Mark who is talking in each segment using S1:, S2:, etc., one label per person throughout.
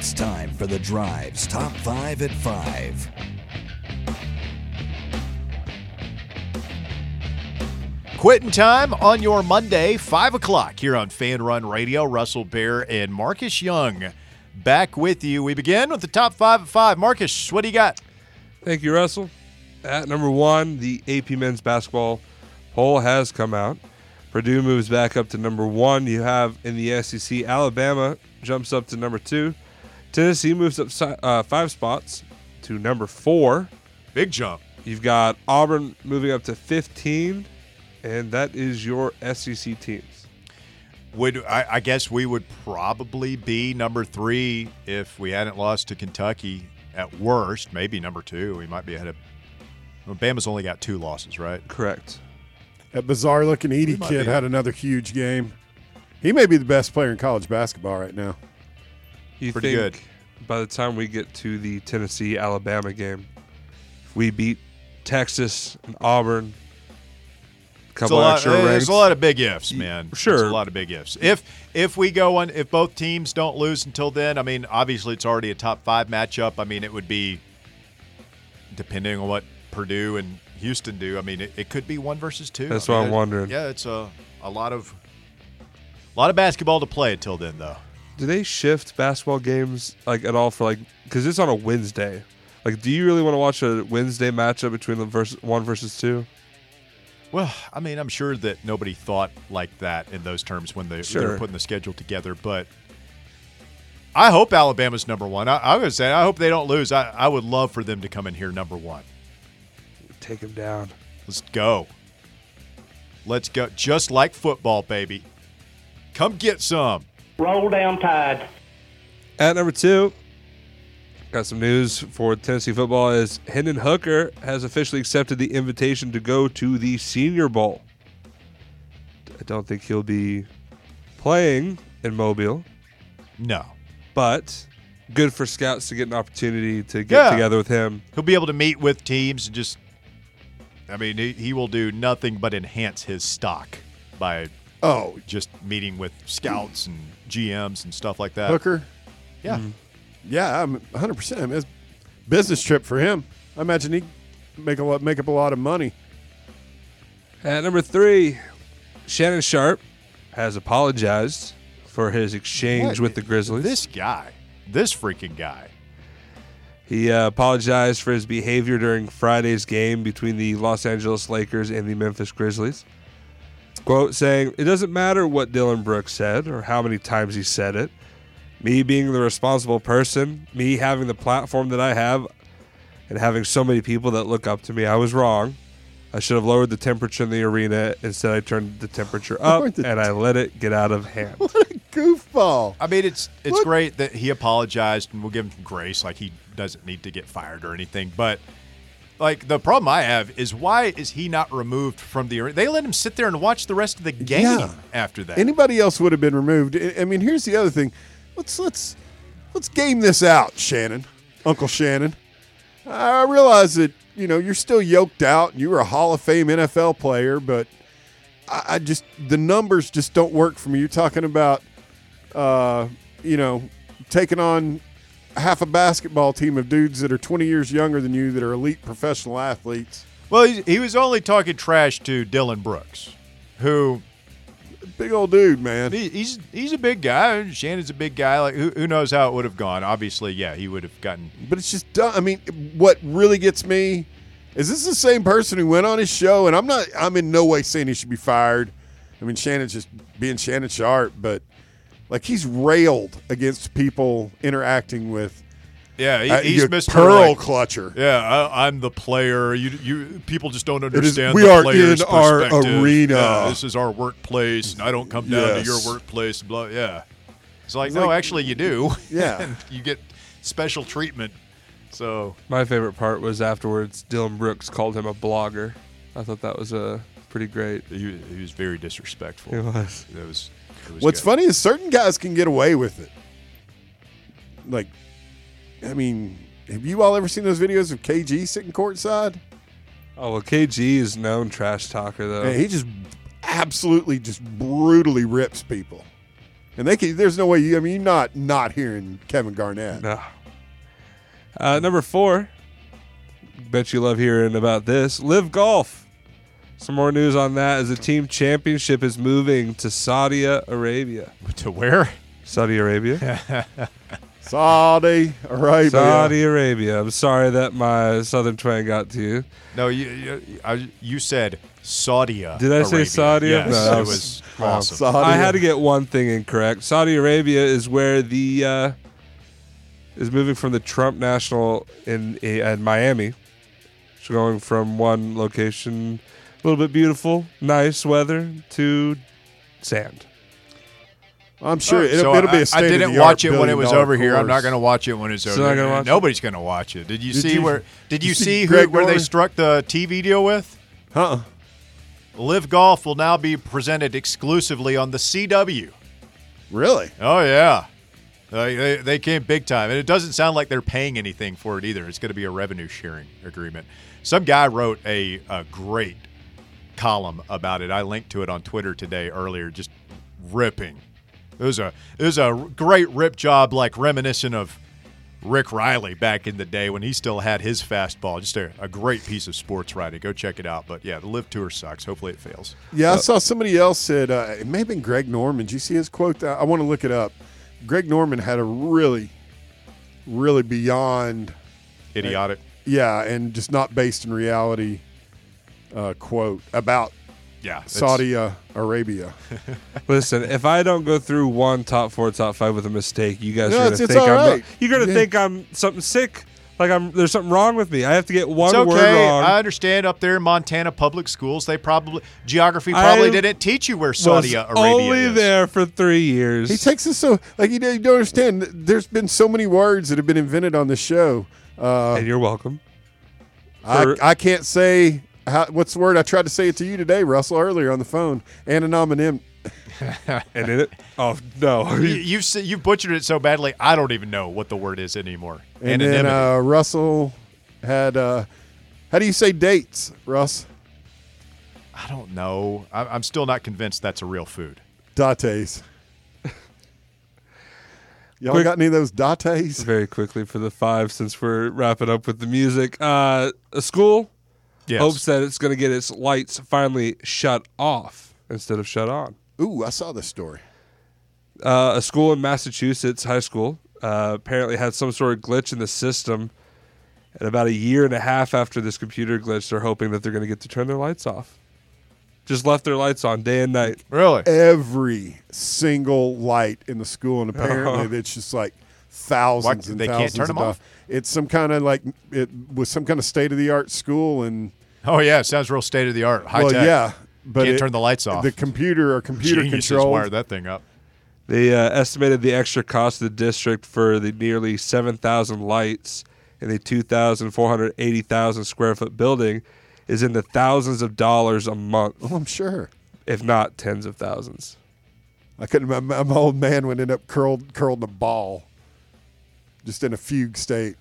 S1: It's time for the Drive's Top 5 at 5.
S2: Quitting time on your Monday, 5 o'clock here on Fan Run Radio. Russell Bear and Marcus Young back with you. We begin with the top five at five. Marcus, what do you got?
S3: Thank you, Russell. At number one, the AP men's basketball poll has come out. Purdue moves back up to number one. You have in the SEC, Alabama jumps up to number two. Tennessee moves up si- uh, five spots to number four.
S2: Big jump.
S3: You've got Auburn moving up to 15, and that is your SEC teams.
S2: Would I, I guess we would probably be number three if we hadn't lost to Kentucky at worst, maybe number two. We might be ahead of well, Bama's only got two losses, right?
S3: Correct.
S4: That bizarre looking Edie
S2: might
S4: kid
S2: be-
S4: had another huge game. He may be the best player in college basketball right now.
S3: You
S2: Pretty
S3: think
S2: good.
S3: by the time we get to the Tennessee Alabama game, if we beat Texas and Auburn, a
S2: It's a
S3: couple
S2: lot, eh,
S3: extra
S2: there's
S3: rings.
S2: a lot of big ifs, man.
S3: sure.
S2: There's a lot of big ifs. If if we go on, if both teams don't lose until then, I mean, obviously it's already a top five matchup. I mean, it would be depending on what Purdue and Houston do. I mean, it, it could be one versus two.
S3: That's
S2: I
S3: what
S2: mean,
S3: I'm
S2: it-
S3: wondering.
S2: Yeah, it's a a lot of a lot of basketball to play until then, though.
S3: do they shift basketball games like at all for like because it's on a Wednesday? Like, do you really want to watch a Wednesday matchup between the versus one versus two?
S2: Well, I mean, I'm sure that nobody thought like that in those terms when they, they were
S3: Sure.
S2: putting the schedule together, but I hope Alabama's number one. I, I was saying, I hope they don't lose. I, I would love for them to come in here number one.
S3: Take them down.
S2: Let's go. Let's go. Just like football, baby. Come get some.
S5: Roll down tide.
S3: At number two, got some news for Tennessee football is Hendon Hooker has officially accepted the invitation to go to the Senior Bowl. I don't think he'll be playing in Mobile,
S2: No.
S3: but good for scouts to get an opportunity to get
S2: Yeah.
S3: together with him.
S2: He'll be able to meet with teams and just, I mean, he, he will do nothing but enhance his stock by
S4: Oh,
S2: just meeting with scouts and GMs and stuff like that.
S4: Hooker.
S2: Yeah.
S4: Yeah, I'm 100. percent I mean, it's a business trip for him. I imagine he make a lot, make up a lot of money.
S3: At number three, Shannon Sharp has apologized for his
S2: What?
S3: exchange with the Grizzlies.
S2: This guy, this freaking guy.
S3: He uh, apologized for his behavior during Friday's game between the Los Angeles Lakers and the Memphis Grizzlies. Quote saying, It doesn't matter what Dylan Brooks said or how many times he said it. Me being the responsible person, me having the platform that I have, and having so many people that look up to me, I was wrong. I should have lowered the temperature in the arena. Instead, I turned the temperature up
S4: Lowered the
S3: and I let it get out of hand.
S4: Goofball.
S2: I mean, it's it's
S4: What?
S2: great that he apologized and we'll give him some grace. Like he doesn't need to get fired or anything. But like the problem I have is why is he not removed from the arena? They let him sit there and watch the rest of the game
S4: Yeah.
S2: after that.
S4: Anybody else would have been removed. I- I mean, here's the other thing. Let's let's let's game this out, Shannon, Uncle Shannon. I realize that you know you're still yoked out. You were a Hall of Fame NFL player, but I, I just the numbers just don't work for me. You're talking about uh, you know taking on half a basketball team of dudes that are 20 years younger than you that are elite professional athletes.
S2: well, he, he was only talking trash to Dylan Brooks, who
S4: Big old dude, man.
S2: he, he's he's a big guy. and Shannon's a big guy. Like who, who knows how it would have gone? Obviously, yeah, he would have gotten
S4: But it's just dumb. I mean, what really gets me is this the same person who went on his show, and I'm not. I'm in no way saying he should be fired. I mean, Shannon's just being Shannon Sharp, but like he's railed against people interacting with
S2: yeah. He,
S4: uh,
S2: he's
S4: your
S2: Mr.
S4: pearl
S2: like-
S4: clutcher.
S2: Yeah, I, I'm the player. You, you people just don't
S4: is-
S2: understand.
S4: we
S2: the
S4: are
S2: player's
S4: in our
S2: perspective.
S4: arena.
S2: Yeah, this is our workplace, and I don't come down to your
S4: Yes.
S2: workplace. Blah. Yeah, it's like
S4: It's
S2: no,
S4: like-
S2: actually, you do.
S4: Yeah.
S2: And you get special treatment. So
S3: My favorite part was afterwards, Dylan Brooks called him a blogger. I thought that was uh, pretty great.
S2: he, he was very disrespectful.
S3: It was.
S2: It was. it was
S4: What's
S2: good.
S4: funny is certain guys can get away with it. Like, I mean, have you all ever seen those videos of KG sitting courtside?
S3: Oh well, KG is known trash talker though.
S4: Man, he just absolutely just brutally rips people. And they can, there's no way you, I mean, you're not not hearing Kevin Garnett.
S3: No. Uh, number four. Bet you love hearing about this. Live Golf. Some more news on that as the team championship is moving to Saudi Arabia.
S2: To where?
S3: Saudi Arabia?
S4: Saudi Arabia.
S3: Saudi Arabia. I'm sorry that my southern twang got to you.
S2: No, you you, I, you said Saudi.
S3: Did I say Saudi?
S2: Yes,
S3: No, that
S2: it
S3: was-
S2: was
S3: wow.
S2: awesome.
S4: Saudi
S3: I had to get one thing incorrect. Saudi Arabia is where the uh, is moving from the Trump National in in Miami. So going from one location, a little bit beautiful, nice weather, to sand.
S4: I'm sure it,
S2: So
S4: will be
S2: I-
S4: a state
S2: I didn't watch it when it was over here. I'm not going to watch it when it's
S3: So
S2: over.
S3: not
S2: here.
S3: gonna watch it?
S2: Nobody's going to watch it. Did you
S4: Did
S2: see
S4: you-
S2: where? Did you,
S4: you see
S2: see who,
S4: Greg
S2: where they
S4: Norris?
S2: struck the TV deal with?
S4: Huh?
S2: Live Golf will now be presented exclusively on the CW.
S4: Really?
S2: Oh yeah, they, they, they came big time, and it doesn't sound like they're paying anything for it either. It's going to be a revenue sharing agreement. Some guy wrote a, a great column about it. I linked to it on Twitter today earlier, just ripping. It was a it was a great rip job, like reminiscent of Rick Riley back in the day when he still had his fastball. Just a, a great piece of sports writing. Go check it out. But yeah, the live tour sucks. Hopefully it fails.
S4: Yeah, I saw somebody else said uh, it may have been Greg Norman. Did you see his quote? Uh, I, I want to look it up. Greg Norman had a really, really beyond,
S2: Idiotic.
S4: yeah, and just not based in reality uh, quote about
S2: Yeah, it's-
S4: Saudi uh, Arabia.
S3: Listen, if I don't go through one top four, top five with a mistake, you guys
S4: No,
S3: are gonna
S4: it's- it's
S3: think I'm
S4: all
S3: not-
S4: right.
S3: you're gonna
S4: Yeah.
S3: think I'm something sick. Like I'm there's something wrong with me. I have to get one
S2: It's okay.
S3: word wrong.
S2: I understand up there in Montana public schools, they probably geography probably
S3: I
S2: didn't teach you where
S3: was
S2: Saudi Arabia
S3: only
S2: is.
S3: there for three years.
S4: He takes this so like you, don't- you don't understand. There's been so many words that have been invented on the show. Uh,
S3: and you're welcome.
S4: I,
S3: for-
S4: I can't say how, what's the word. I tried to say it to you today, Russell, earlier on the phone. Anonymonym.
S3: And in it, oh no,
S2: You, you've se- you've butchered it so badly. I don't even know what the word is anymore.
S4: And
S2: Anonymity.
S4: then uh, Russell had. Uh, how do you say dates, Russ? uh,
S2: I don't know. I, I'm still not convinced that's a real food.
S4: Dates. Y'all
S3: Quick-
S4: got any of those dates?
S3: very quickly for the five since we're wrapping up with the music. Uh, a school
S2: Yes.
S3: hopes that it's going to get its lights finally shut off instead of shut on.
S4: Ooh, I saw this story.
S3: Uh, a school in Massachusetts, high school, uh, apparently had some sort of glitch in the system. And about a year and a half after this computer glitch, they're hoping that they're going to get to turn their lights off. Just left their lights on day and night.
S2: Really?
S4: Every single light in the school, and apparently it's just like thousands
S2: Why-
S4: and
S2: Uh-huh. they can't
S4: thousands
S2: turn
S4: of
S2: them off?
S4: dollars. It's some kind of like it was some kind of state of the art school, and
S2: Oh yeah, it sounds real state of the art. High
S4: well,
S2: tech.
S4: yeah, but
S2: Can't
S4: it-
S2: turn the lights off.
S4: The computer or computer
S2: Geniuses
S4: control.
S2: wired that thing up.
S3: They uh, estimated the extra cost to the district for the nearly 7,000 lights in a 2,480,000 square foot building is in the thousands of dollars a month,
S4: Well, Oh, I'm sure.
S3: if not tens of thousands.
S4: I couldn't. My, my my old man would end up curled curled in a ball, just in a fugue state.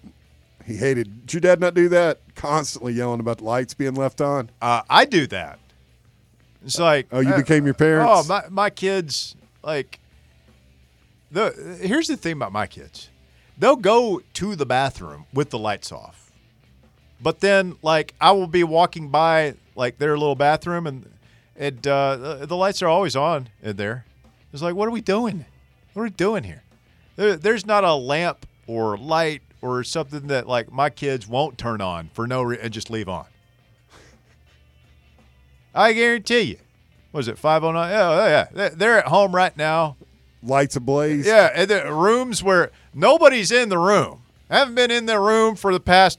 S4: He hated. Did your dad not do that? Constantly yelling about the lights being left on.
S2: Uh, I do that. It's like
S4: Oh, you
S2: uh,
S4: became your parents?
S2: Oh, my my kids like the here's the thing about my kids. They'll go to the bathroom with the lights off. But then like I will be walking by like their little bathroom and it uh, the, the lights are always on in there. It's like what are we doing? What are we doing here? There, there's not a lamp or light or something that like my kids won't turn on for no re- and just leave on. I guarantee you. Was it 509? Oh, yeah. They- They're at home right now.
S4: Lights ablaze.
S2: Yeah, and the rooms where nobody's in the room. I haven't been in their room for the past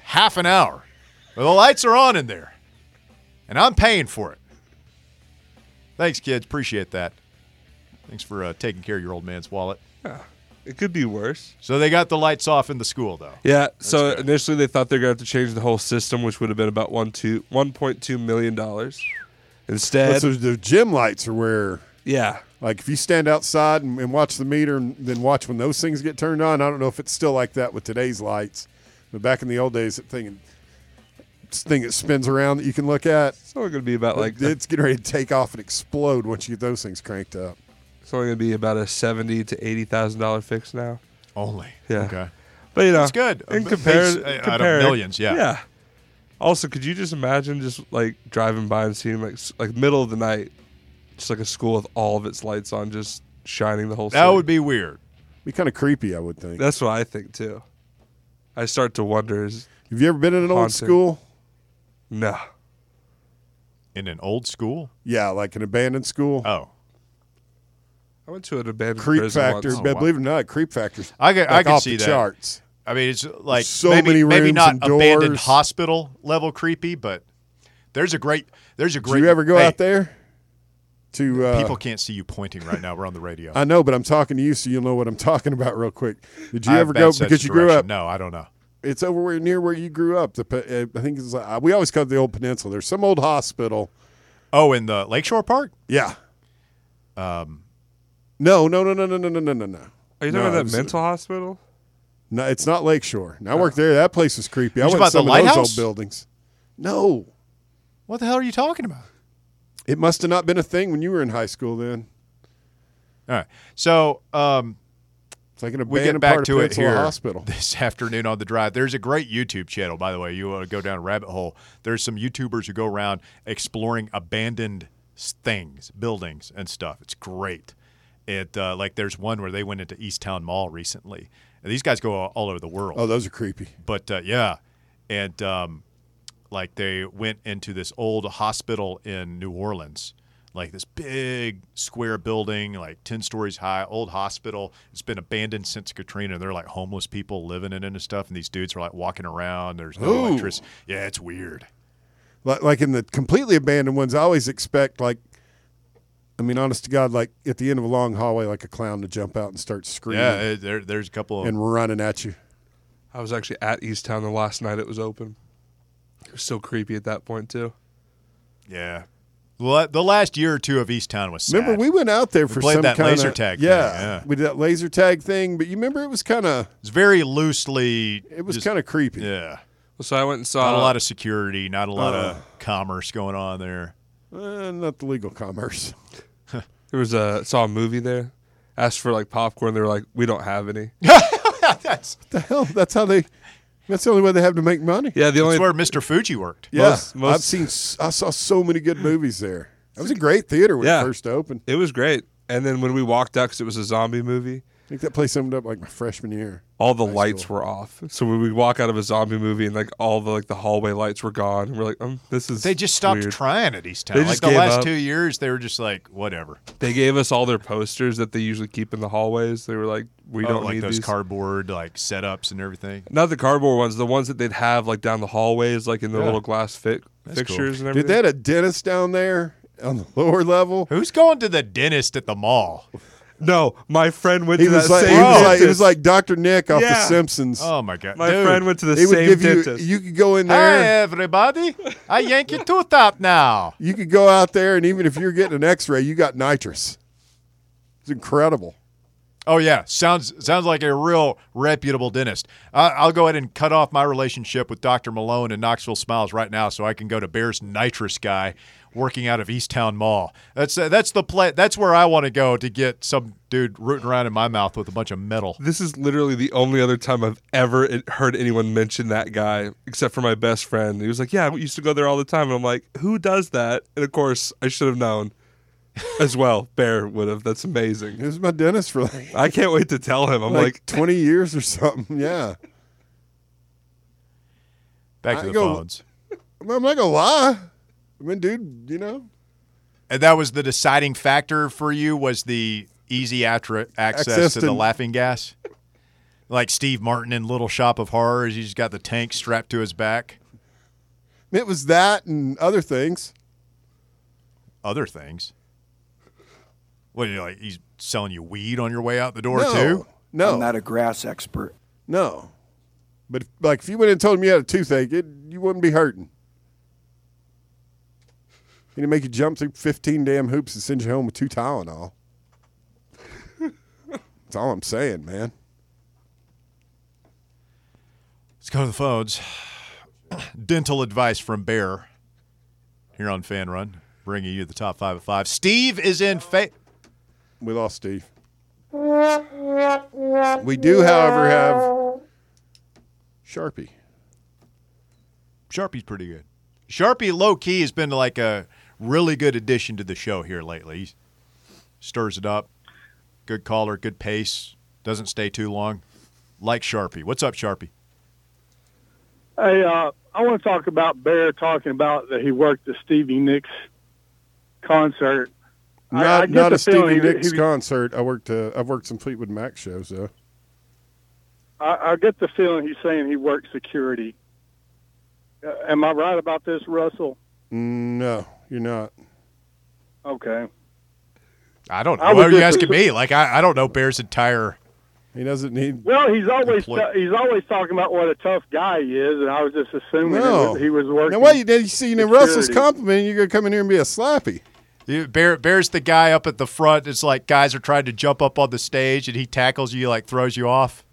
S2: half an hour. But the lights are on in there, and I'm paying for it. Thanks, kids. Appreciate that. Thanks for uh, taking care of your old man's wallet.
S3: It could be worse.
S2: So they got the lights off in the school, though.
S3: Yeah. so
S2: good.
S3: initially they thought they're going to have to change the whole system, which would have been about one two one point two million dollars. Instead,
S4: But so the gym lights are where,
S3: yeah,
S4: like, if you stand outside and, and watch the meter, and then watch when those things get turned on. I don't know if it's still like that with today's lights, but back in the old days, that thing, this thing that spins around that you can look at.
S3: it's only going to be about like
S4: it's getting ready to take off and explode once you get those things cranked up.
S3: It's only going to be about a seventy to eighty thousand dollar fix now.
S2: Only.
S3: Yeah.
S2: Okay.
S3: But you know,
S2: That's good.
S3: In
S2: But
S3: compare,
S2: makes- uh, out of
S3: compare it-
S2: millions, yeah.
S3: Yeah. Also, could you just imagine just like driving by and seeing like s- like middle of the night, just like a school with all of its lights on, just shining the whole.
S2: That would be weird.
S4: Be kind of creepy, I would think.
S3: That's what I think too. I start to wonder: Is
S4: Have you ever been in an old
S3: Haunted.
S4: school?
S3: no,
S2: In an old school?
S4: Yeah, like an abandoned school.
S2: Oh.
S3: I went to an abandoned
S4: creep
S3: prison
S4: factor.
S3: once.
S4: but believe it or not, creep factors.
S2: I can- I
S4: like
S2: can
S4: off
S2: see
S4: the
S2: that.
S4: charts.
S2: I mean, it's like
S4: So
S2: maybe,
S4: many
S2: maybe
S4: rooms
S2: not
S4: and
S2: abandoned
S4: doors.
S2: hospital level creepy, but there's a great there's a
S4: Do
S2: great.
S4: you ever go
S2: hey,
S4: out there to uh,
S2: People can't see you pointing right now. We're on the radio.
S4: I know, but I'm talking to you, so you'll know what I'm talking about real quick. Did you
S2: I have
S4: ever
S2: bad
S4: go
S2: sense of
S4: because you grew
S2: direction.
S4: up?
S2: No, I don't know.
S4: It's over where, near where you grew up. The pe- uh, I think it's uh, we always call it the old peninsula. There's some old hospital.
S2: Oh, in the Lakeshore Park?
S4: Yeah. Um.
S2: Um,
S4: No, no, no, no, no, no, no, no, no, no.
S3: Are you
S4: No,
S3: talking
S4: it
S3: about
S4: was-
S3: that mental hospital?
S4: No, it's not Lakeshore. And I worked there. That place was creepy. I
S2: Oh. You
S4: went
S2: talking
S4: to
S2: about
S4: some
S2: the
S4: of those
S2: lighthouse?
S4: old buildings. No,
S2: What the hell are you talking about?
S4: it must have not been a thing when you were in high school. Then
S2: All right. So um,
S4: it's like an
S2: we
S4: abandoned
S2: get back
S4: part
S2: to
S4: of
S2: it
S4: Peninsula
S2: here
S4: Hospital.
S2: this afternoon on the drive. There's a great YouTube channel, by the way. You want to go down a rabbit hole. There's some YouTubers who go around exploring abandoned s- things, buildings, and stuff. It's great. It uh, like there's one where they went into Easttown Mall recently. And these guys go all all over the world
S4: Oh, those are creepy.
S2: but uh, yeah, and um, like they went into this old hospital in New Orleans, like this big square building, like ten stories high, old hospital. It's been abandoned since Katrina. They're like homeless people living in it and stuff, and these dudes are like walking around. There's no
S4: Ooh.
S2: electricity. Yeah, it's weird.
S4: like, like in the completely abandoned ones, I always expect like, I mean, honest to God, like at the end of a long hallway, like a clown to jump out and start screaming
S2: Yeah, it- there, there's a couple of
S4: and running at you.
S3: I was actually at Easttown the last night it was open. It was so creepy at that point too.
S2: yeah. Well, the last year or two of East Town was sad.
S4: Remember, we went out there for
S2: played
S4: some
S2: that
S4: kinda-
S2: laser tag thing,
S4: Yeah,
S2: yeah.
S4: we did that laser tag thing, but you remember it was kind of
S2: it's very loosely.
S4: it was
S2: just-
S4: kind of creepy.
S2: yeah.
S3: Well, so I went and saw
S2: Not a lot of security, not a lot
S4: Uh.
S2: of commerce going on there.
S4: Eh, not the legal commerce.
S3: There was a saw a movie there. Asked for like popcorn. They were like, "We don't have any."
S2: That's
S4: the hell, that's how they. That's the only way they have to make money.
S3: Yeah, the only
S2: where Mr. Fuji worked.
S4: Yeah,
S3: Most- most-
S4: I've seen. s- I saw so many good movies there. That was a great theater when
S3: Yeah.
S4: it first opened.
S3: it was great. And then when we walked out, because it was a zombie movie,
S4: I think that place opened up like my freshman year.
S3: all the lights were off. So when we walk out of a zombie movie and like all the like the hallway lights were gone, we're like, um, this is
S2: They just stopped
S3: weird."
S2: trying at East
S3: They
S2: Town. Like
S3: just
S2: the
S3: gave
S2: last
S3: up.
S2: two years, they were just like, whatever.
S3: They gave us all their posters that they usually keep in the hallways. They were like, "We
S2: Oh,
S3: don't
S2: like
S3: need
S2: those
S3: these."
S2: cardboard like setups and everything.
S3: Not the cardboard ones, the ones that they'd have like down the hallways, like in the
S2: Yeah.
S3: little glass fi-
S2: That's cool.
S3: fixtures and everything.
S4: Dude, they had a dentist down there on the lower level.
S2: Who's going to the dentist at the mall?
S3: No, my friend went
S4: He
S3: to
S4: was
S3: that
S4: like, he
S3: same.
S4: was like, he
S3: dentist.
S4: was like Dr. Nick off The
S3: Yeah.
S4: Simpsons.
S2: Oh my god,
S3: my
S2: Dude.
S3: friend went to the
S4: they would
S3: same
S4: give you,
S3: dentist.
S4: you could go in
S2: Hi
S4: there,
S2: everybody, I yank your tooth out now.
S4: you could go out there, and even if you're getting an x ray, you got nitrous. It's incredible.
S2: Oh yeah, sounds sounds like a real reputable dentist. I I'll go ahead and cut off my relationship with Dr. Malone and Knoxville Smiles right now, so I can go to Bears Nitrous guy working out of Easttown Mall. That's uh, that's the play. That's where I want to go to get some dude rooting around in my mouth with a bunch of metal.
S3: This is literally the only other time I've ever it- heard anyone mention that guy, except for my best friend. He was like, "Yeah, we used to go there all the time," and I'm like, "Who does that?" And of course, I should have known as well. Bear would have. That's amazing.
S4: It was my dentist for like,
S3: I can't wait to tell him. I'm
S4: like,
S3: like,
S4: 20 years or something. Yeah.
S2: Back to
S4: I
S2: the
S4: go-
S2: phones.
S4: I mean, I'm not going to lie. I mean, dude, you know,
S2: And that was the deciding factor for you was the easy attra- access,
S4: Access
S2: to
S4: to-
S2: the laughing gas. Like Steve Martin in Little Shop of Horrors, he's got the tank strapped to his back.
S4: it was that and other things.
S2: other things. What are you like? He's selling you weed on your way out the door
S4: no,
S2: too.
S4: No.
S5: I'm not a grass expert.
S4: No. But if, like if you went and told him you had a toothache, it, you wouldn't be hurting. And it make you jump through 15 damn hoops and send you home with two Tylenol. That's all I'm saying, man.
S2: Let's go to the phones. Dental advice from Bear here on Fan Run, bringing you the top five of five. Steve is in fa-
S4: we lost Steve. We do, however, have Sharpie.
S2: Sharpie's pretty good. Sharpie low key has been like a really good addition to the show here lately. He stirs it up. Good caller, good pace. Doesn't stay too long. Like Sharpie. What's up, Sharpie?
S6: Hey, uh, I want to talk about Bear talking about that he worked the Stevie Nicks concert. I-
S4: Not
S6: I get
S4: not
S6: the
S4: a Stevie
S6: feeling he-
S4: Nicks
S6: he-
S4: concert. I worked uh, I've worked some Fleetwood Mac shows though.
S6: I, I get the feeling he's saying he worked security. Uh, am I right about this, Russell?
S4: Mm, No, you're not.
S6: Okay.
S2: I don't know.
S6: I would
S2: Why are you
S6: just-
S2: asking me? Like I, I don't know Bear's entire
S4: He doesn't need.
S6: Well, he's always
S2: Employ-
S6: he's always talking about what a tough guy he is, and I was just assuming
S4: No.
S6: it was- he was working.
S4: Now, why you, you see? Now Russell's
S6: Security.
S4: complimenting. You're gonna come in here and be a slappy.
S2: You- Bear, Bear's the guy up at the front. It's like guys are trying to jump up on the stage, and he tackles you, like throws you off.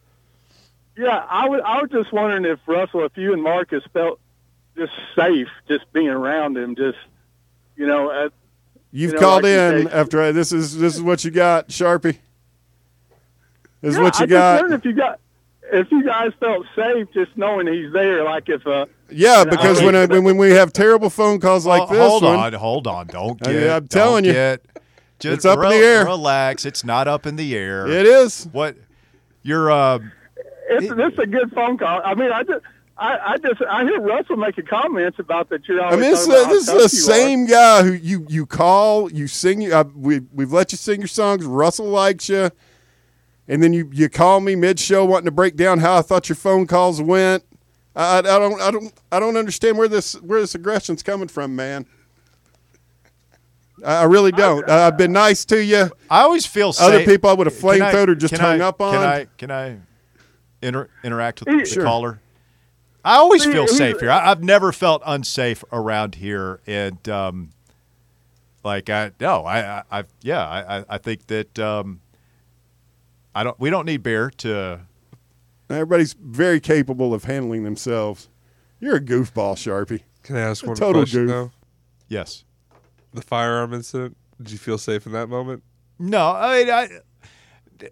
S6: Yeah, I was I was just wondering if Russell, if you and Marcus felt just safe just being around him, just you know, at,
S4: You've
S6: You know,
S4: called
S6: like you
S4: in
S6: say-
S4: after I, this is this is what you got, Sharpie. This is
S6: Yeah,
S4: what you
S6: I Just
S4: got.
S6: wondered if you got, if you guys felt safe just knowing he's there, like if uh,
S4: Yeah,
S6: And I
S4: because
S6: think-
S4: when I, when when we have terrible phone calls like
S2: Ho-
S4: this
S2: hold
S4: one,
S2: on, hold on. Don't
S4: I
S2: get.
S4: mean, I'm telling
S2: don't
S4: you.
S2: get- just
S4: It's up in the air.
S2: Relax. It's not up in the air.
S4: it is.
S2: What? You're. Uh,
S6: it's this is a good phone call. I mean, I just. I, I just I hear Russell making comments about that you're
S4: I
S6: always.
S4: mean, this, is
S6: talking about
S4: this
S6: how
S4: is the
S6: tough you are.
S4: same guy who you you call, you sing. you- I, we we've let you sing your songs. Russell likes you, and then you you call me mid show wanting to break down how I thought your phone calls went. I, I, I don't I don't I don't understand where this where this aggression's coming from, man. I, I really don't. I, I've been nice to you.
S2: I always feel safe.
S4: Other people I would have
S2: Can I-
S4: flamethrowed or just
S2: can
S4: hung
S2: I-
S4: up on.
S2: Can I? Can I inter- interact with the
S6: Sure.
S2: caller? I always
S6: See,
S2: feel
S6: he's-
S2: safe here. I, I've never felt unsafe around here, and um, like I no, I, I, I yeah, I, I- I think that um, I don't. We don't need bear to.
S4: Everybody's very capable of handling themselves. You're a goofball, Sharpie.
S3: Can I ask one
S4: Total
S3: question
S4: goof.
S3: though?
S2: Yes.
S3: The firearm incident. Did you feel safe in that moment?
S2: No, I mean, I,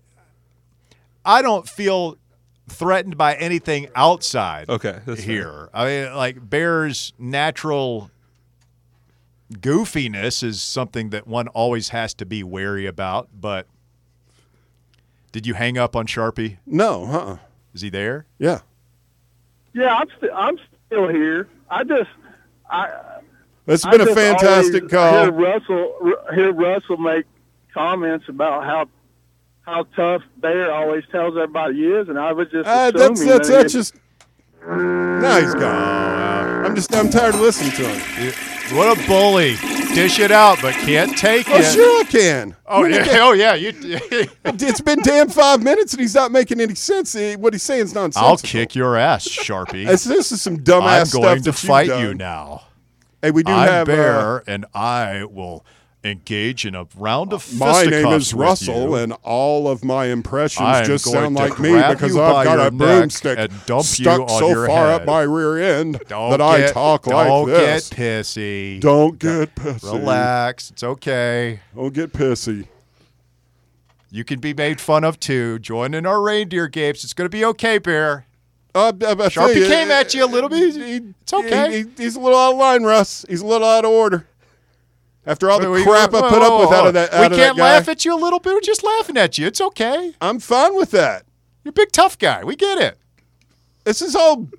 S2: I don't feel threatened by anything outside.
S3: Okay, that's fair.
S2: here. I mean, like Bear's natural goofiness is something that one always has to be wary about. But did you hang up on Sharpie?
S4: No, huh?
S2: Is he there?
S4: Yeah.
S6: Yeah, I'm still I'm still here. I just I.
S4: It's
S6: I
S4: been a
S6: just
S4: fantastic
S6: always
S4: call.
S6: Hear Russell r- hear Russell make comments about how how tough Bear always tells everybody he is, and I was just
S4: Uh,
S6: assuming
S4: that's that's
S6: that he-
S4: that's just. Now he's gone. I'm just I'm tired of listening to him.
S2: You- What a bully! Dish it out, but can't take
S4: Well,
S2: it.
S4: Oh, sure I can.
S2: Oh
S4: You
S2: yeah!
S4: can-
S2: Oh yeah! You,
S4: It's been damn five minutes and he's not making any sense. He- What he's saying is nonsense.
S2: I'll kick your ass, Sharpie.
S4: This, this is some
S2: I'm
S4: dumbass
S2: going to
S4: stuff that you've
S2: fight
S4: done.
S2: you now.
S4: Hey, we do
S2: I'm
S4: have. uh,
S2: Bear, and I will engage in a round of
S4: my name
S2: fisticuffs
S4: is
S2: with
S4: Russell,
S2: you.
S4: and all of my impressions
S2: I'm
S4: just
S2: going
S4: sound
S2: to
S4: like me
S2: grab
S4: because
S2: you by
S4: I've got
S2: your
S4: a
S2: neck
S4: broomstick
S2: and dump you
S4: stuck
S2: on
S4: so
S2: your
S4: far up
S2: head.
S4: my rear end
S2: Don't
S4: that I
S2: get-
S4: talk
S2: don't
S4: like this.
S2: get pissy.
S4: don't get pissy.
S2: relax. It's okay.
S4: Don't get pissy.
S2: You can be made fun of too. Join in our reindeer games. It's going to be okay, Bear.
S4: Uh, I- I feel
S2: Sharpie
S4: you.
S2: came at you a little bit. It's okay.
S4: he- he- he's a little out of line, Russ. He's a little out of order. After all the crap I put up with out of that, out
S2: we
S4: of
S2: can't
S4: that guy,
S2: laugh at you a little bit. We're just laughing at you. It's okay.
S4: I'm fine with that.
S2: You're a big tough guy. We get it.
S4: This is all.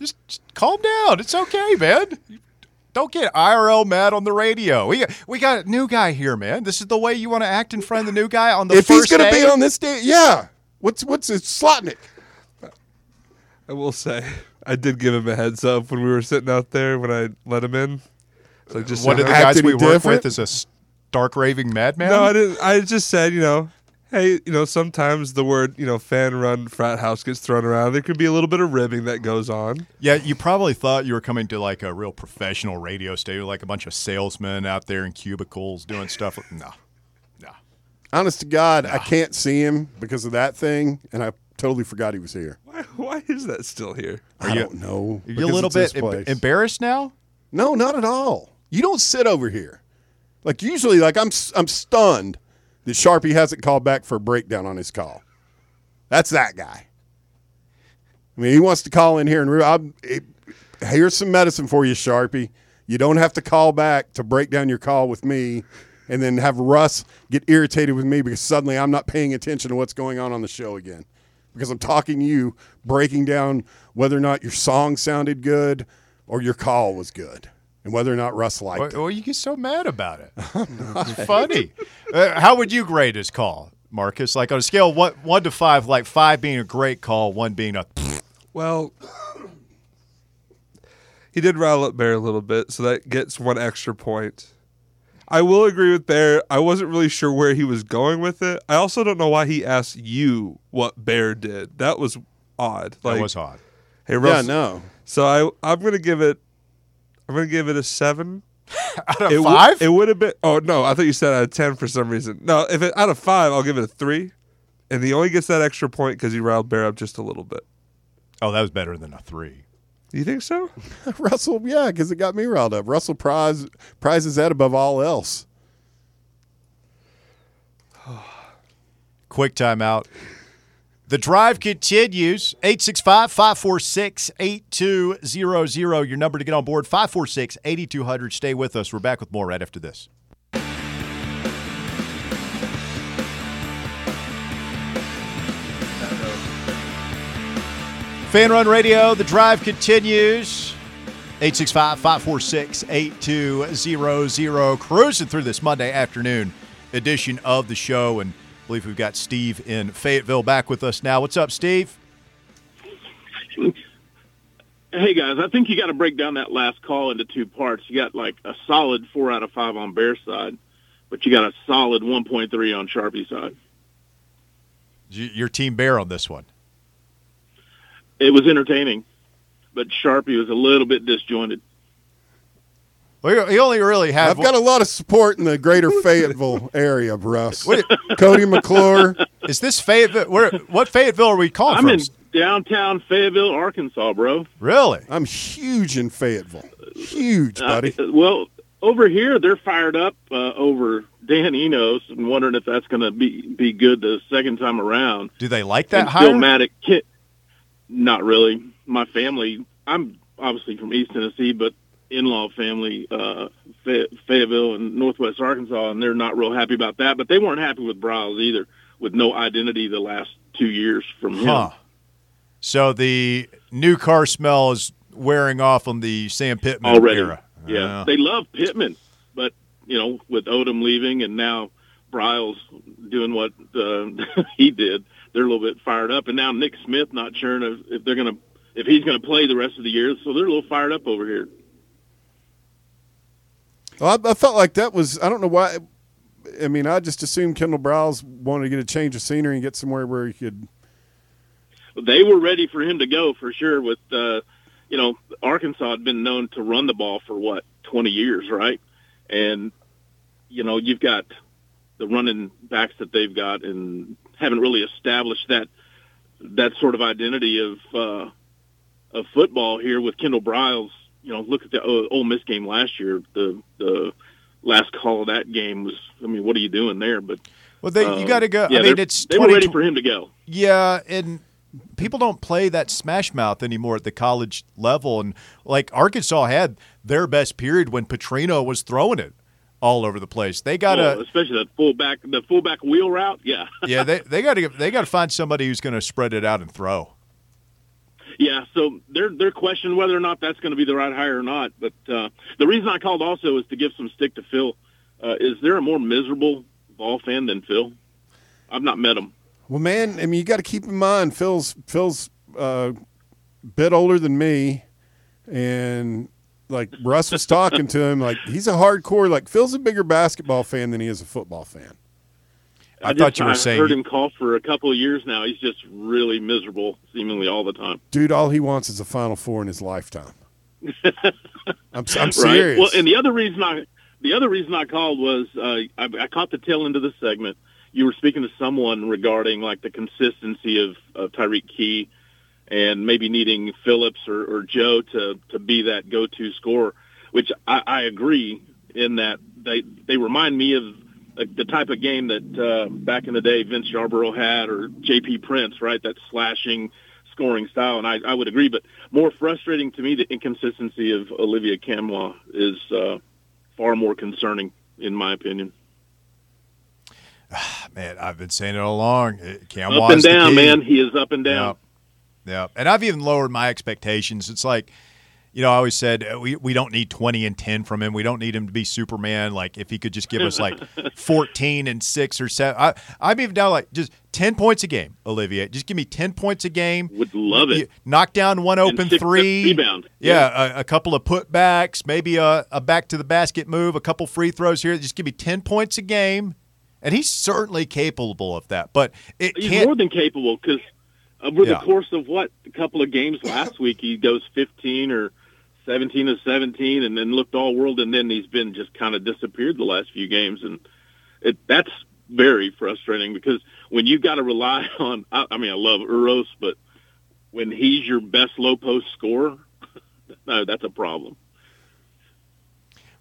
S2: Just, just calm down. It's okay, man. Don't get IRL mad on the radio. We we got a new guy here, man. This is the way you want to act in front of the new guy on the
S4: if he's
S2: first
S4: gonna
S2: day?
S4: be on this day, yeah. What's what's it, Slotnick?
S3: I will say, I did give him a heads up when we were sitting out there when I let him in. So I just
S2: One
S3: said,
S2: of the
S3: "Hey."
S2: guys
S4: Acted
S2: we work
S4: different?
S2: with is a stark raving madman.
S3: No, I didn't. I just said, you know, hey, you know, sometimes the word, you know, fan run frat house gets thrown around. There could be a little bit of ribbing that goes on.
S2: Yeah, you probably thought you were coming to like a real professional radio station, like a bunch of salesmen out there in cubicles doing stuff. No, no.
S4: Honest to God, I can't see him because of that thing, and I totally forgot he was here.
S3: Why, why is that still here?
S4: I
S2: you-
S4: don't know.
S2: Are you
S4: because
S2: a little
S4: it's his
S2: bit em-
S4: place.
S2: embarrassed now?
S4: No, not at all. You don't sit over here. Like usually, like I'm I'm stunned that Sharpie hasn't called back for a breakdown on his call. That's that guy. I mean, he wants to call in here and re- I'm, it, here's some medicine for you, Sharpie. You don't have to call back to break down your call with me, and then have Russ get irritated with me because suddenly I'm not paying attention to what's going on on the show again because I'm talking to you, breaking down whether or not your song sounded good or your call was good, and whether or not Russ liked
S2: Or,
S4: it.
S2: or you get so mad about it. It's funny. Uh, how would you grade his call, Marcus? Like on a scale of one, one to five, like five being a great call, one being a.
S3: Well, he did rile up Bear a little bit, so that gets one extra point. I will agree with Bear. I wasn't really sure where he was going with it. I also don't know why he asked you what Bear did. That was odd.
S2: That
S3: Like,
S2: was hot.
S3: Hey,
S4: Yeah,
S3: Russ.
S4: no.
S3: So I, I'm gonna give it. I'm gonna give it a seven.
S2: Out of
S3: it wou-
S2: five?
S3: it would have been. Oh no, I thought you said out of ten for some reason. No, if it out of five, I'll give it a three. And he only gets that extra point because he riled Bear up just a little bit.
S2: oh, that was better than a three.
S3: Do you think so?
S4: Russell, yeah, because it got me riled up. Russell prize prizes that above all else.
S2: Quick timeout. The drive continues. 865 546 8200. Your number to get on board 546 8200. Stay with us. We're back with more right after this. Fan Run Radio, the drive continues. 865 546 8200. Cruising through this Monday afternoon edition of the show. And I believe we've got Steve in Fayetteville back with us now. What's up, Steve?
S6: Hey guys, I think you got to break down that last call into two parts. You got like a solid four out of five on Bear side, but you got a solid 1.3 on Sharpie side.
S2: Y- Your team bear on this one.
S6: It was entertaining, but Sharpie was a little bit disjointed.
S2: Well, he only really had.
S4: I've got a lot of support in the greater Fayetteville area, Russ. Cody McClure.
S2: Is this Fayetteville? Where? What Fayetteville are we calling
S6: I'm
S2: from?
S6: in downtown Fayetteville, Arkansas, bro.
S2: Really?
S4: I'm huge in Fayetteville. Huge, buddy.
S6: Uh, well, over here they're fired up uh, over Dan Enos and wondering if that's going to be be good the second time around.
S2: Do they like that
S6: and still
S2: hire?
S6: mad at Kit. Not really. My family. I'm obviously from East Tennessee, but in-law family, uh, Fay- Fayetteville and Northwest Arkansas, and they're not real happy about that. But they weren't happy with Bryles either, with no identity the last two years from him.
S2: Huh. So the new car smell is wearing off on the Sam Pittman
S6: already.
S2: era.
S6: Yeah,
S2: Uh,
S6: they love Pittman, but you know, with Odom leaving and now Bryles doing what uh, he did, they're a little bit fired up. And now Nick Smith not sure if, if they're going to if he's going to play the rest of the year, so they're a little fired up over here.
S4: Well, I, I felt like that was, I don't know why. I mean, I just assumed Kendall Browse wanted to get a change of scenery and get somewhere where he could.
S6: They were ready for him to go for sure. With uh, you know, Arkansas had been known to run the ball for what twenty years, right? And you know, you've got the running backs that they've got, and haven't really established that that sort of identity of uh, of football here with Kendall Bryles. You know, look at the O- Ole Miss game last year. The the last call of that game was, I mean, what are you doing there? But
S2: Well, they,
S6: uh,
S2: you got to go.
S6: yeah,
S2: I mean,
S6: they're-
S2: it's
S6: they were ready
S2: 20
S6: for him to go.
S2: Yeah, and people don't play that smash mouth anymore at the college level. And like Arkansas had their best period when Petrino was throwing it all over the place. They got
S6: Oh,
S2: to.
S6: especially the fullback, the fullback wheel route. Yeah,
S2: Yeah, they, they got to they got to find somebody who's going to spread it out and throw.
S6: yeah. So they're they're questioning whether or not that's going to be the right hire or not. But uh, the reason I called also is to give some stick to Phil. Uh, is there a more miserable ball fan than Phil? I've not met him.
S4: Well, man, I mean, you got to keep in mind, Phil's Phil's uh, bit older than me, and like Russ was talking to him, like he's a hardcore. Like Phil's a bigger basketball fan than he is a football fan.
S2: I thought you were
S6: I
S2: saying-
S6: heard him call for a couple of years now. He's just really miserable, seemingly all the time.
S4: Dude, all he wants is a Final Four in his lifetime. I'm, I'm
S6: Right.
S4: serious.
S6: Well, and the other reason I the other reason I called was uh, I, I caught the tail end of the segment. You were speaking to someone regarding like the consistency of, of Tyreek Key and maybe needing Phillips or, or Joe to to be that go to scorer. which I, I agree in that they they remind me of like the type of game that uh, back in the day Vince Yarborough had or J.P. Prince, right? That slashing scoring style, and I, I would agree. But more frustrating to me, the inconsistency of Olivia Camwa is uh, far more concerning, in my opinion.
S2: Man, I've been saying it all along. It- Cam
S6: up
S2: Watt's
S6: and
S2: the
S6: down,
S2: key.
S6: man. He is up and down.
S2: Yeah. Yeah. And I've even lowered my expectations. It's like, you know, I always said uh, we, we don't need 20 and 10 from him. We don't need him to be Superman. Like, if he could just give us like 14 and 6 or 7. I, I'm even down like just 10 points a game, Olivier. Just give me 10 points a game.
S6: Would love it.
S2: You knock down one open
S6: six
S2: three.
S6: rebound.
S2: Yeah, a, a couple of putbacks, maybe a, a back to the basket move, a couple free throws here. Just give me 10 points a game. And he's certainly capable of that. But it
S6: He's
S2: can't.
S6: more than capable because over
S2: Yeah.
S6: the course of what a couple of games last week, he goes 15 or 17 of 17, and then looked all world, and then he's been just kind of disappeared the last few games, and it, that's very frustrating because when you got to rely on, I, I mean, I love Uros, but when he's your best low post scorer, no, that's a problem.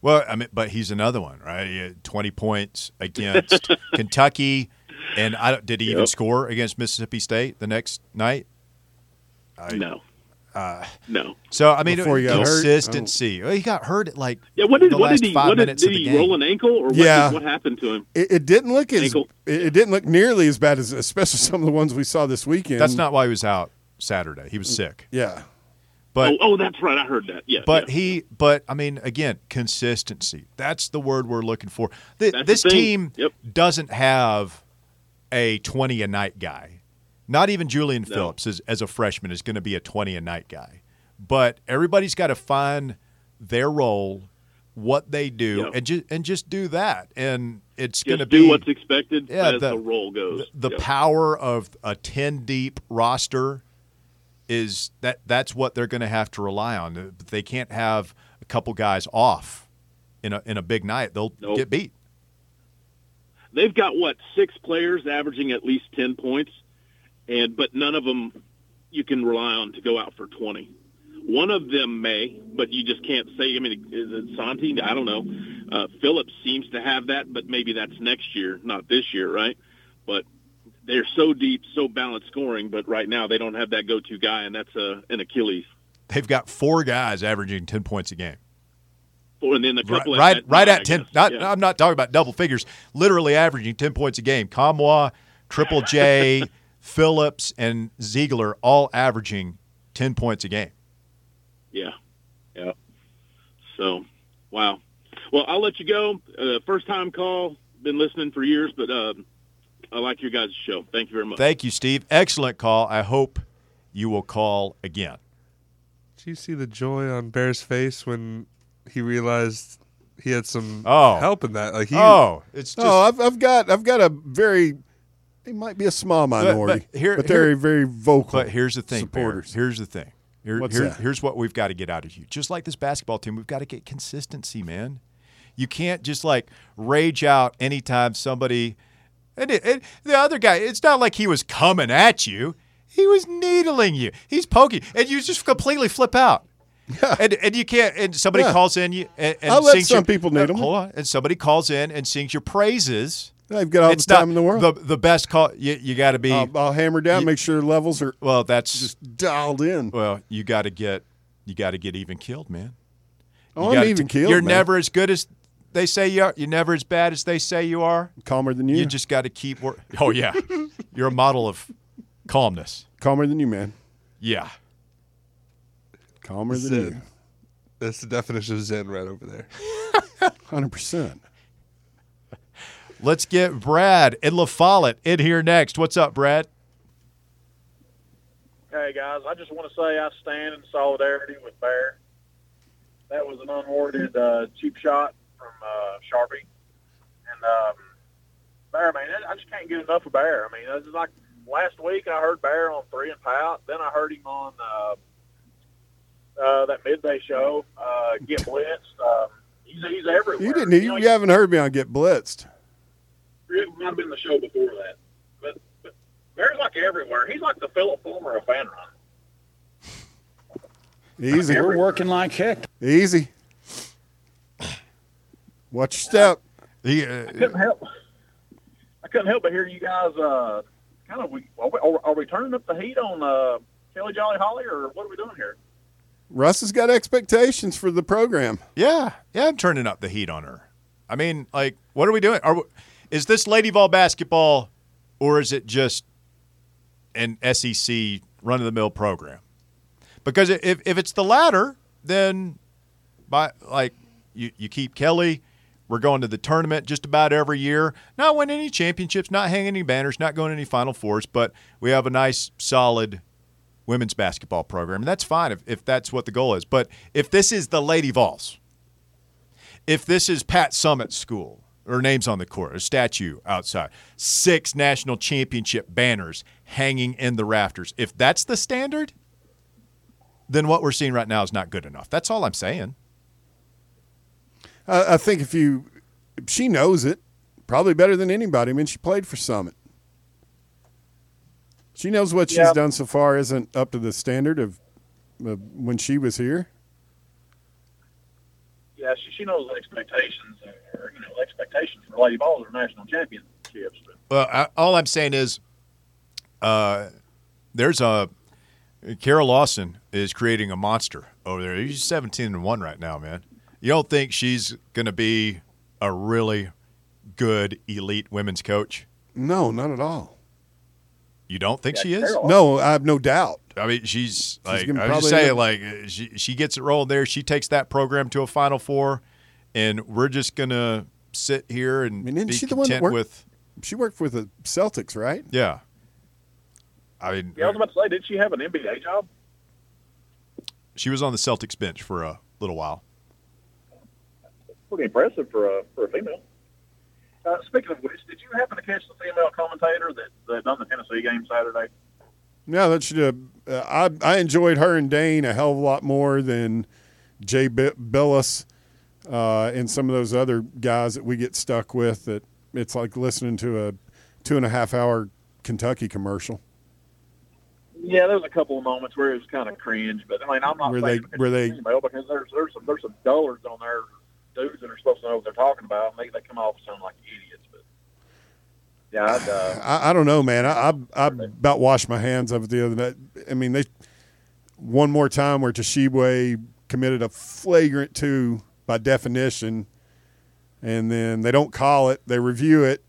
S2: Well, I mean, but he's another one, right? He had Twenty points against Kentucky, and I don't, did he even
S6: Yep.
S2: score against Mississippi State the next night? I- uh,
S6: no, no.
S2: So I mean,
S4: Before he got hurt? Oh.
S2: consistency. Well, he got hurt at like
S6: Yeah, what did
S2: the
S6: what
S2: last
S6: did he
S2: five
S6: what did,
S2: minutes
S6: did
S2: of the
S6: he
S2: game.
S6: roll an ankle or what,
S4: Yeah.
S6: what happened to him?
S4: It, it didn't look as it,
S6: Ankle.
S4: it didn't look nearly as bad as especially some of the ones we saw this weekend.
S2: That's not why he was out Saturday. He
S4: Mm.
S2: was sick,
S4: Yeah.
S2: but
S6: oh, oh, that's right, I heard that. Yeah,
S2: but
S6: yeah.
S2: he but I mean, again, consistency. That's the word we're looking for. Th-
S6: That's the
S2: this
S6: thing.
S2: team
S6: Yep.
S2: doesn't have a 20 a night guy. Not even Julian Phillips is, as a freshman is going to be a 20 a night guy. But everybody's got to find their role, what they do,
S6: Yeah.
S2: and just and just do that. And it's going to
S6: Just
S2: be
S6: do what's expected
S2: Yeah,
S6: as
S2: the-
S6: the, role goes.
S2: th- the
S6: Yeah.
S2: power of a 10 deep roster is that that's what they're going to have to rely on they can't have a couple guys off in a in a big night they'll
S6: Nope.
S2: get beat
S6: They've got what six players averaging at least ten points, and but none of them you can rely on to go out for twenty. One of them may, but you just can't say. I mean, is it Santi? I don't know. Uh, Phillips seems to have that, but maybe that's next year, not this year, right? But they're so deep, so balanced scoring, but right now they don't have that go-to guy, and that's a, an Achilles.
S2: they've got four guys averaging 10 points a game
S6: Or and then a
S2: right
S6: couple
S2: right,
S6: at-bats,
S2: right
S6: I
S2: at 10
S6: guess.
S2: not,
S6: Yeah.
S2: i'm not talking about double figures literally averaging 10 points a game kamwa triple j phillips and ziegler all averaging 10 points a game
S6: Yeah. Yeah. So, wow. Well, I'll let you go. Uh, first time call. Been listening for years, but uh, I like your guys' show. Thank you very much.
S2: thank you steve excellent call i hope you will call again
S3: Did you see the joy on Bear's face when he realized he had some
S2: Oh.
S3: help in that? Like he,
S2: oh, it's just
S4: oh, I've, I've got I've got a very they might be a small minority, but,
S2: here-
S4: they're
S2: here-
S4: very vocal.
S2: But here's the thing, Bear.
S4: supporters.
S2: Here's the thing. Here-
S4: What's
S2: here-
S4: that?
S2: Here's what we've got to get out of you. Just like this basketball team, we've got to get consistency, man. You can't just like rage out anytime somebody. And, it, and the other guy, it's not like he was coming at you. He was needling you. He's poking, and you just completely flip out. And and you can't. And somebody
S4: Yeah.
S2: calls in you and, and
S4: I let
S2: sings
S4: some
S2: your- uh,
S4: people need 'em.
S2: Hold on, and somebody calls in and sings your praises.
S4: I've got all
S2: it's
S4: the
S2: not
S4: time in the world.
S2: The, the best call. You, you got to be.
S4: I'll, I'll hammer down,
S2: you-
S4: make sure levels are
S2: well, that's
S4: just dialed in.
S2: well, you got to get you got to get even killed, man.
S4: Oh,
S2: You
S4: I'm
S2: gotta
S4: even
S2: t-
S4: killed.
S2: You're
S4: man.
S2: never as good as they say you are. You're never as bad as they say you are.
S4: calmer than you.
S2: You just got to keep work. Oh yeah, you're a model of calmness.
S4: calmer than you, man.
S2: Yeah,
S4: Calmer than you.
S3: Zen. That's the definition of Zen right over there.
S4: Hundred percent.
S2: let's get Brad and La Follette in here next. What's up, Brad?
S7: Hey guys, I just want to say I stand in solidarity with Bear. That was an unwarranted uh, cheap shot from uh, Sharpie, and um, Bear, man, I- I just can't get enough of Bear. I mean, it's like last week I heard Bear on Three and Pout, then I heard him on uh, uh, that midday show, uh, Get Blitzed. Um, he's he's everywhere.
S4: You didn't. You,
S7: know,
S4: you haven't heard me on Get Blitzed.
S7: it might have been the show before that, but, but Bear's like everywhere. He's like the Philip Fulmer of fan run.
S4: Easy.
S8: We're working like heck.
S4: Easy. Watch your step.
S2: He, uh,
S7: couldn't help. I couldn't help but hear you guys. Uh, kind of, we are, we are we turning up the heat on uh, Kelly Jolly Holly, or what are we doing here?
S4: Russ has got expectations for the program.
S2: yeah, yeah, I'm turning up the heat on her. I mean, like, what are we doing? Are we, is this Lady Vol basketball, or is it just an SEC run of the mill program? Because i- if if it's the latter, then by like you you keep Kelly. We're going to the tournament just about every year. Not winning any championships, not hanging any banners, not going to any Final Fours, but we have a nice, solid women's basketball program. And that's fine if, if that's what the goal is. But if this is the Lady Vols, if this is Pat Summit School, or names on the court, a statue outside, six national championship banners hanging in the rafters, if that's the standard, then what we're seeing right now is not good enough. That's all I'm saying.
S4: I, I think if you, she knows it probably better than anybody. I mean, she played for Summit. She knows what she's
S7: Yeah.
S4: done so far isn't up to the standard of, of when she was here.
S7: Yeah, she, she knows the expectations, or you know, expectations for Lady Balls or national championships. But
S2: Well, I, all I'm saying is, uh, there's a Kara Lawson is creating a monster over there. She's 17 and one right now, man. You don't think she's going to be a really good elite women's coach?
S4: No, not at all.
S2: You don't think
S7: yeah,
S2: she is?
S7: Carol,
S4: No, I have no doubt.
S2: I mean, she's like
S4: gonna
S2: I was just
S4: probably-
S2: saying, like uh, she she gets it rolling there. She takes that program to a Final Four, and we're just gonna sit here and
S4: mean, isn't
S2: be
S4: she the one that
S2: content
S4: worked-
S2: with
S4: She worked with the Celtics, right?
S2: yeah. I mean,
S7: Yeah, I was about to say, did she have an NBA job?
S2: she was on the Celtics bench for a little while.
S7: Pretty impressive for a for a female. Uh, speaking of which, did you happen to catch the female commentator that, that done the Tennessee game Saturday?
S4: No, that should have. Uh, I I enjoyed her and Dane a hell of a lot more than Jay B- Billis uh, and some of those other guys that we get stuck with. That it's like listening to a two and a half hour Kentucky commercial
S7: Yeah, there's a couple of moments where it was kind of cringe, but I mean, I'm not
S4: Were
S7: saying
S4: they-
S7: because
S4: were they-
S7: it's female because there's there's some there's some dullers on there, dudes that are supposed to know what they're talking about, and they, they come off sounding like idiots. But yeah, I'd, uh,
S4: I, I don't know, man. I, I I about washed my hands of it the other night. I mean, they one more time where Toshibwe committed a flagrant two by definition, and then they don't call it, they review it,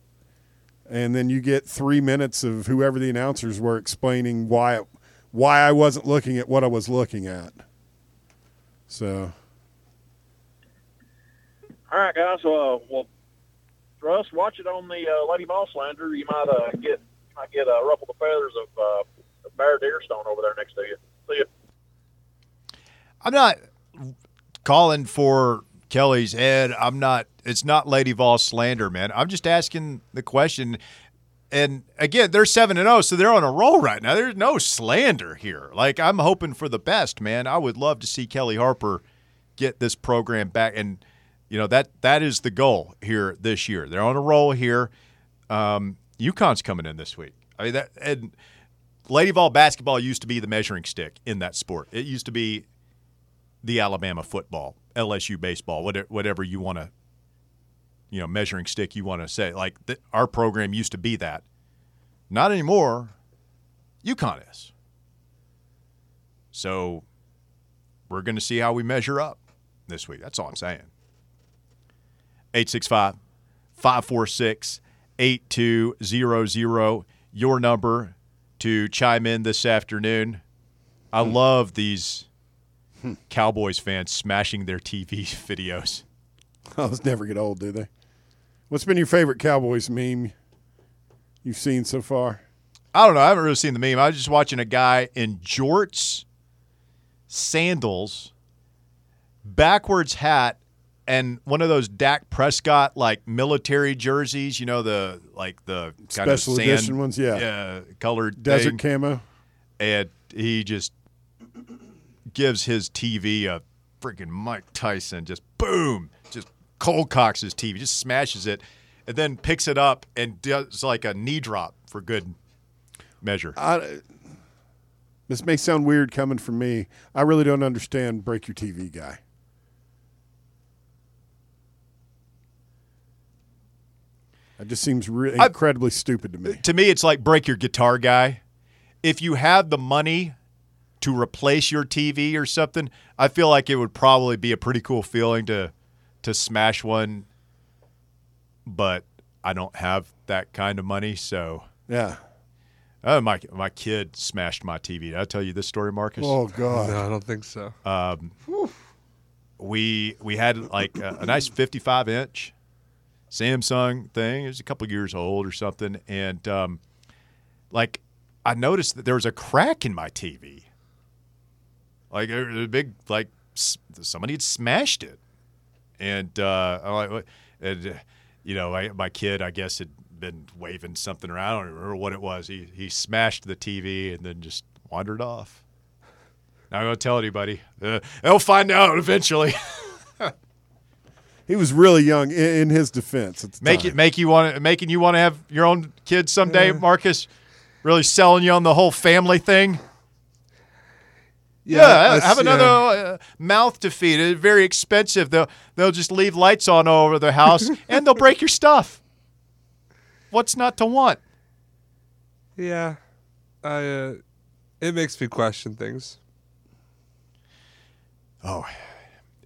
S4: and then you get three minutes of whoever the announcers were explaining why it, why I wasn't looking at what I was looking at. So
S7: all right, guys. So, uh, well, Russ, watch it on the uh, Lady Boss Lander. You might uh, get you might get uh, ruffle the feathers of uh, of Bear Deerstone over there next to you. See ya.
S2: I'm not calling for Kelly's head. I'm not. It's not Lady Vol slander, man. I'm just asking the question. And again, they're seven and zero, so they're on a roll right now. There's no slander here. Like I'm hoping for the best, man. I would love to see Kelly Harper get this program back, and you know that that is the goal here this year. They're on a roll here. Um, UConn's coming in this week. I mean that and Lady Vol basketball used to be the measuring stick in that sport. It used to be the Alabama football, LSU baseball, whatever, whatever you want to, you know, measuring stick you want to say. Like th- our program used to be that. Not anymore. UConn is. So we're going to see how we measure up this week. That's all I'm saying. 865 546 8200. Your number to chime in this afternoon. I love these. Cowboys fans smashing their TV videos.
S4: those never get old, do they? What's been your favorite Cowboys meme you've seen so far?
S2: I don't know. I haven't really seen the meme. I was just watching a guy in jorts, sandals, backwards hat, and one of those Dak Prescott like military jerseys. You know the like the kind
S4: Special
S2: of sand,
S4: edition ones, yeah.
S2: yeah, colored
S4: Desert
S2: thing.
S4: camo.
S2: and he just gives his TV a freaking Mike Tyson, just boom, just cold cocks his TV, just smashes it, and then picks it up and does like a knee drop for good measure.
S4: I, this may sound weird coming from me. I really don't understand break your TV guy. It just seems re-
S2: I-
S4: incredibly stupid to me.
S2: to me, it's like break your guitar guy. If you have the money to replace your TV or something, I feel like it would probably be a pretty cool feeling to to smash one. But I don't have that kind of money, so
S4: Yeah.
S2: oh my my kid smashed my TV. Did I tell you this story, Marcus?
S4: Oh God.
S3: No, I don't think so.
S2: we we had like a, a nice 55 inch Samsung thing. It was a couple years old or something, and um, like I noticed that there was a crack in my TV. Like there was a big like s- somebody had smashed it, and uh, I'm like, what? and uh, you know, I, my kid, I guess, had been waving something around. I don't remember what it was. He he smashed the TV and then just wandered off. Not gonna tell anybody. Uh, they'll find out eventually.
S4: He was really young. In, in his defense, at the
S2: Make
S4: time.
S2: it make you want making you want to have your own kids someday, Marcus. Really selling you on the whole family thing. Yeah, ha-
S3: that's-
S2: have another
S3: yeah.
S2: uh, mouth to feed. It's very expensive. They'll they'll just leave lights on all over the house and they'll break your stuff. What's not to want?
S3: Yeah, I. Uh, it makes me question things.
S2: Oh,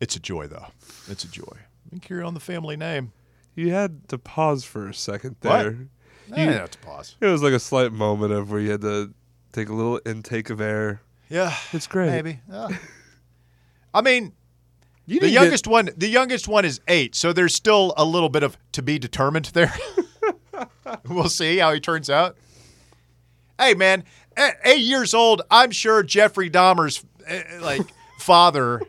S2: it's a joy though. It's a joy. You can carry on the family name.
S3: You had to pause for a second
S2: What?
S3: there.
S2: You have to pause.
S3: It was like a slight moment of where you had to take a little intake of air.
S2: Yeah,
S3: It's great.
S2: Maybe. Yeah. I mean, the
S4: You didn't get-
S2: youngest one the youngest one is eight so there's still a little bit of to be determined there we'll see how he turns out hey man at eight years old i'm sure jeffrey dahmer's eh, like father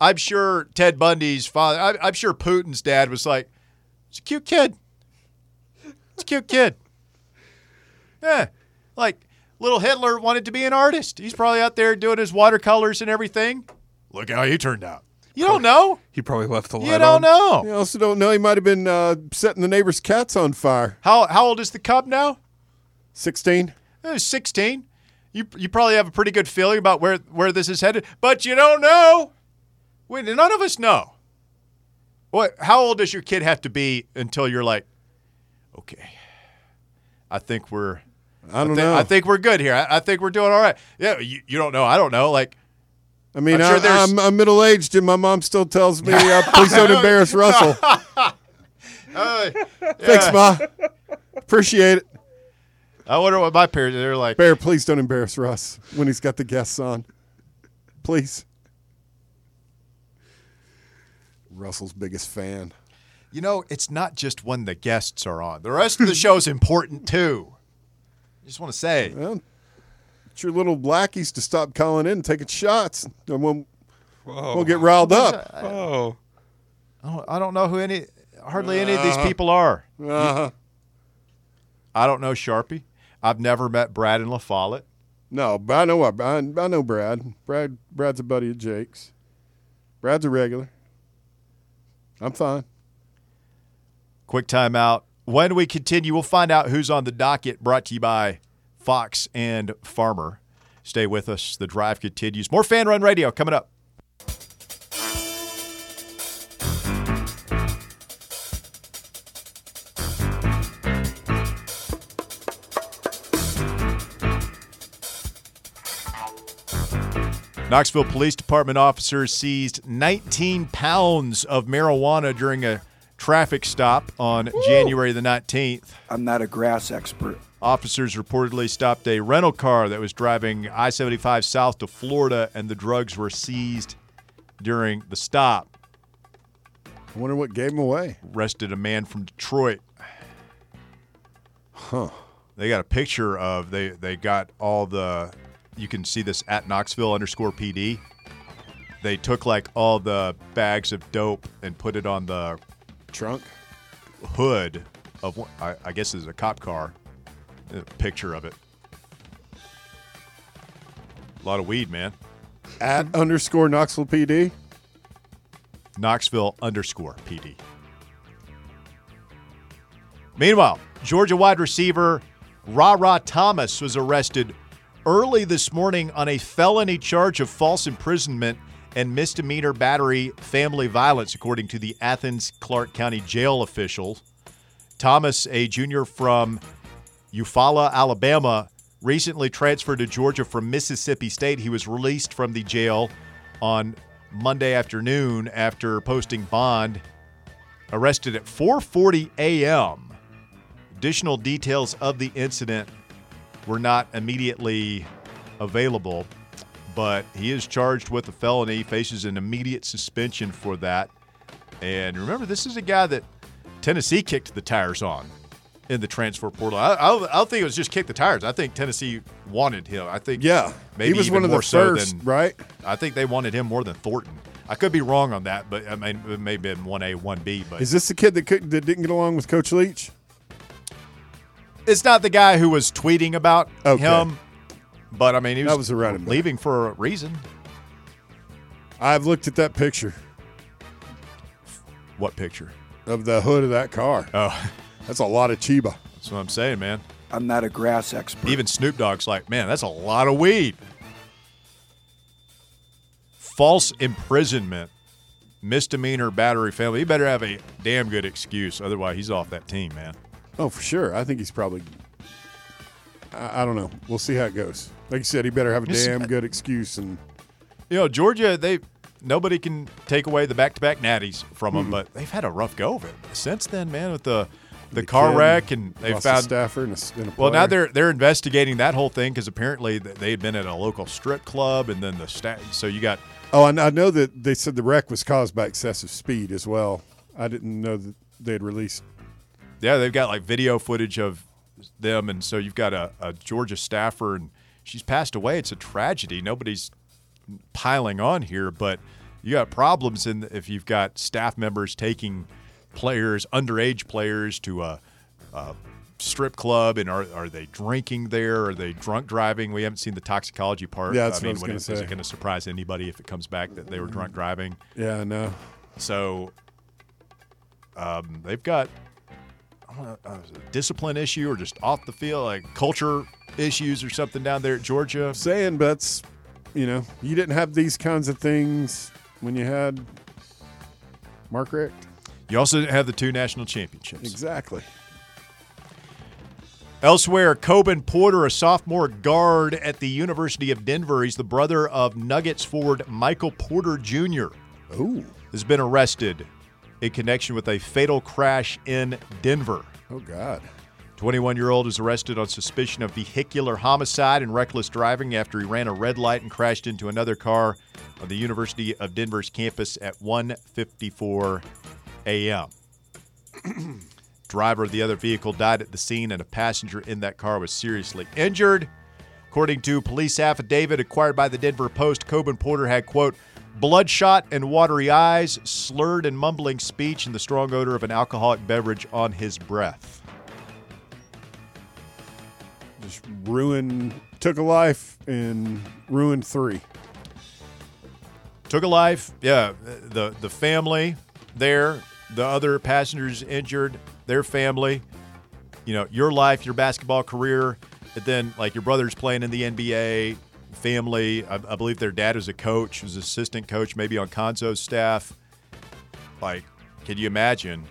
S2: i'm sure ted bundy's father I, i'm sure putin's dad was like it's a cute kid it's a cute kid yeah like little hitler wanted to be an artist he's probably out there doing his watercolors and everything look how he turned out you don't know
S3: He probably left the light
S2: you don't
S3: on.
S2: know.
S4: You also don't know. He might have been uh, setting the neighbor's cats on fire.
S2: How how old is the cub now?
S4: Sixteen.
S2: Eh, Sixteen. You you probably have a pretty good feeling about where where this is headed, but you don't know. We, none of us know. What? How old does your kid have to be until you're like, okay, I think we're
S4: I don't
S2: thi-
S4: know.
S2: I think we're good here. I, I think we're doing all right. Yeah, you, you don't know. I don't know. Like
S4: I
S2: I'm
S4: mean, I'm,
S2: sure
S4: I,
S2: there's-
S4: am I'm middle aged, and my mom still tells me, uh, "Please don't
S2: Oh,
S4: embarrass Russell."
S2: uh,
S4: Thanks, ma. Appreciate it.
S2: I wonder what my parents they're like.
S4: Bear, please don't embarrass Russ when he's got the guests on. Please. Russell's biggest fan.
S2: You know, it's not just when the guests are on. The rest of the show's important too. I just want to say.
S4: Well, it's your little blackies to stop calling in and taking shots. And we'll,
S3: Whoa.
S4: we'll get riled up.
S3: Whoa.
S2: I don't, I don't know who any, hardly any of these people are.
S4: Uh,
S2: I don't know Sharpie. I've never met Brad and La Follette.
S4: no, but I know what I, I know Brad. Brad Brad's a buddy of Jake's. Brad's a regular. I'm fine.
S2: Quick timeout. When we continue, we'll find out who's on the docket. Brought to you by Fox and Farmer. Stay with us. The drive continues. More Fan Run Radio coming up. Knoxville Police Department officers seized 19 pounds of marijuana during a traffic stop on January the 19th.
S8: I'm not a grass expert.
S2: Officers reportedly stopped a rental car that was driving I 75 south to Florida, and the drugs were seized during the stop.
S4: I wonder what gave him away.
S2: Arrested a man from Detroit. Huh. They got a picture of they they got all the you can see this at Knoxville underscore PD. They took like all the bags of dope and put it on the
S4: Trunk.
S2: hood of one- I, I guess is a cop car. A picture of it. A lot of weed, man.
S4: At underscore Knoxville PD.
S2: Knoxville underscore PD. Meanwhile, Georgia wide receiver Ra-Ra Thomas was arrested early this morning on a felony charge of false imprisonment and misdemeanor battery family violence, according to the Athens Clark County jail officials. Thomas, a junior from Eufaula, Alabama, recently transferred to Georgia from Mississippi State. He was released from the jail on Monday afternoon after posting bond. Arrested at 4:40 a.m. Additional details of the incident were not immediately available, but he is charged with a felony, faces an immediate suspension for that. And remember, this is a guy that Tennessee kicked the tires on in the transfer portal. I, I, don't- I don't think it was just kick the tires. I think Tennessee wanted him. I think
S4: Yeah,
S2: maybe
S4: he was
S2: even
S4: one of
S2: more
S4: the
S2: so
S4: first,
S2: than
S4: right?
S2: I think they wanted him more than Thornton. I could be wrong on that, but I mean it may have been one A, one B. But
S4: Is this the kid that, could, that didn't get along with Coach Leach?
S2: it's not the guy who was tweeting about
S4: Okay.
S2: him. But I mean, he
S4: That
S2: was,
S4: was the running back.
S2: leaving for a reason.
S4: I've looked at that picture
S2: What picture?
S4: of the hood of that car.
S2: Oh,
S4: That's a lot of Chiba.
S2: that's what I'm saying, man.
S8: I'm not a grass expert.
S2: Even Snoop Dogg's like, man, that's a lot of weed. False imprisonment, misdemeanor battery felony. You better have a damn good excuse, otherwise he's off that team, man.
S4: Oh, for sure. I think he's probably. I, I don't know. We'll see how it goes. Like you said, he better have a
S2: Yes.
S4: damn good excuse. And
S2: You know, Georgia, they nobody can take away the back-to-back natties from them, but they've had a rough go of it since then, man. With the the, car
S4: kid
S2: wreck, and they
S4: lost a
S2: found
S4: staffer and a, s- and a
S2: Well, now
S4: player.
S2: they're they're investigating that whole thing because apparently th- they had been at a local strip club, and then the stat. So you got
S4: Oh, and I know that they said the wreck was caused by excessive speed as well. I didn't know that they'd released.
S2: yeah, they've got like video footage of them, and so you've got a, a Georgia staffer, and she's passed away. It's a tragedy. Nobody's piling on here, but you got problems in if you've got staff members taking players, underage players, to a, a strip club, and are are they drinking there? Are they drunk driving? We haven't seen the toxicology part.
S4: Yeah, that's
S2: I mean,
S4: what I
S2: it-
S4: was gonna
S2: is
S4: say.
S2: it going to surprise anybody if it comes back that they were drunk driving?
S4: Yeah, I know.
S2: So um, they've got I don't know, uh, is it a discipline issue or just off the field, like culture issues or something down there at Georgia.
S4: Saying, but that's, you know, you didn't have these kinds of things when you had Mark Richt.
S2: You also didn't have the two national championships.
S4: Exactly.
S2: Elsewhere, Coben Porter, a sophomore guard at the University of Denver, he's the brother of Nuggets forward Michael Porter Jr.,
S4: Ooh.
S2: has been arrested in connection with a fatal crash in Denver.
S4: Oh God.
S2: 21 year old is arrested on suspicion of vehicular homicide and reckless driving after he ran a red light and crashed into another car on the University of Denver's campus at 1:54 a.m. Driver of the other vehicle died at the scene and a passenger in that car was seriously injured. According to police affidavit acquired by the Denver Post, Coben Porter had, quote, bloodshot and watery eyes, slurred and mumbling speech, and the strong odor of an alcoholic beverage on his breath.
S4: Just ruined. Took a life and ruined three.
S2: took a life. Yeah, the the family there, the other passengers injured, their family. You know, your life, your basketball career, and then like your brother's playing in the NBA. Family, I, I believe their dad was a coach, was assistant coach, maybe on Conzo's staff. Like, can you imagine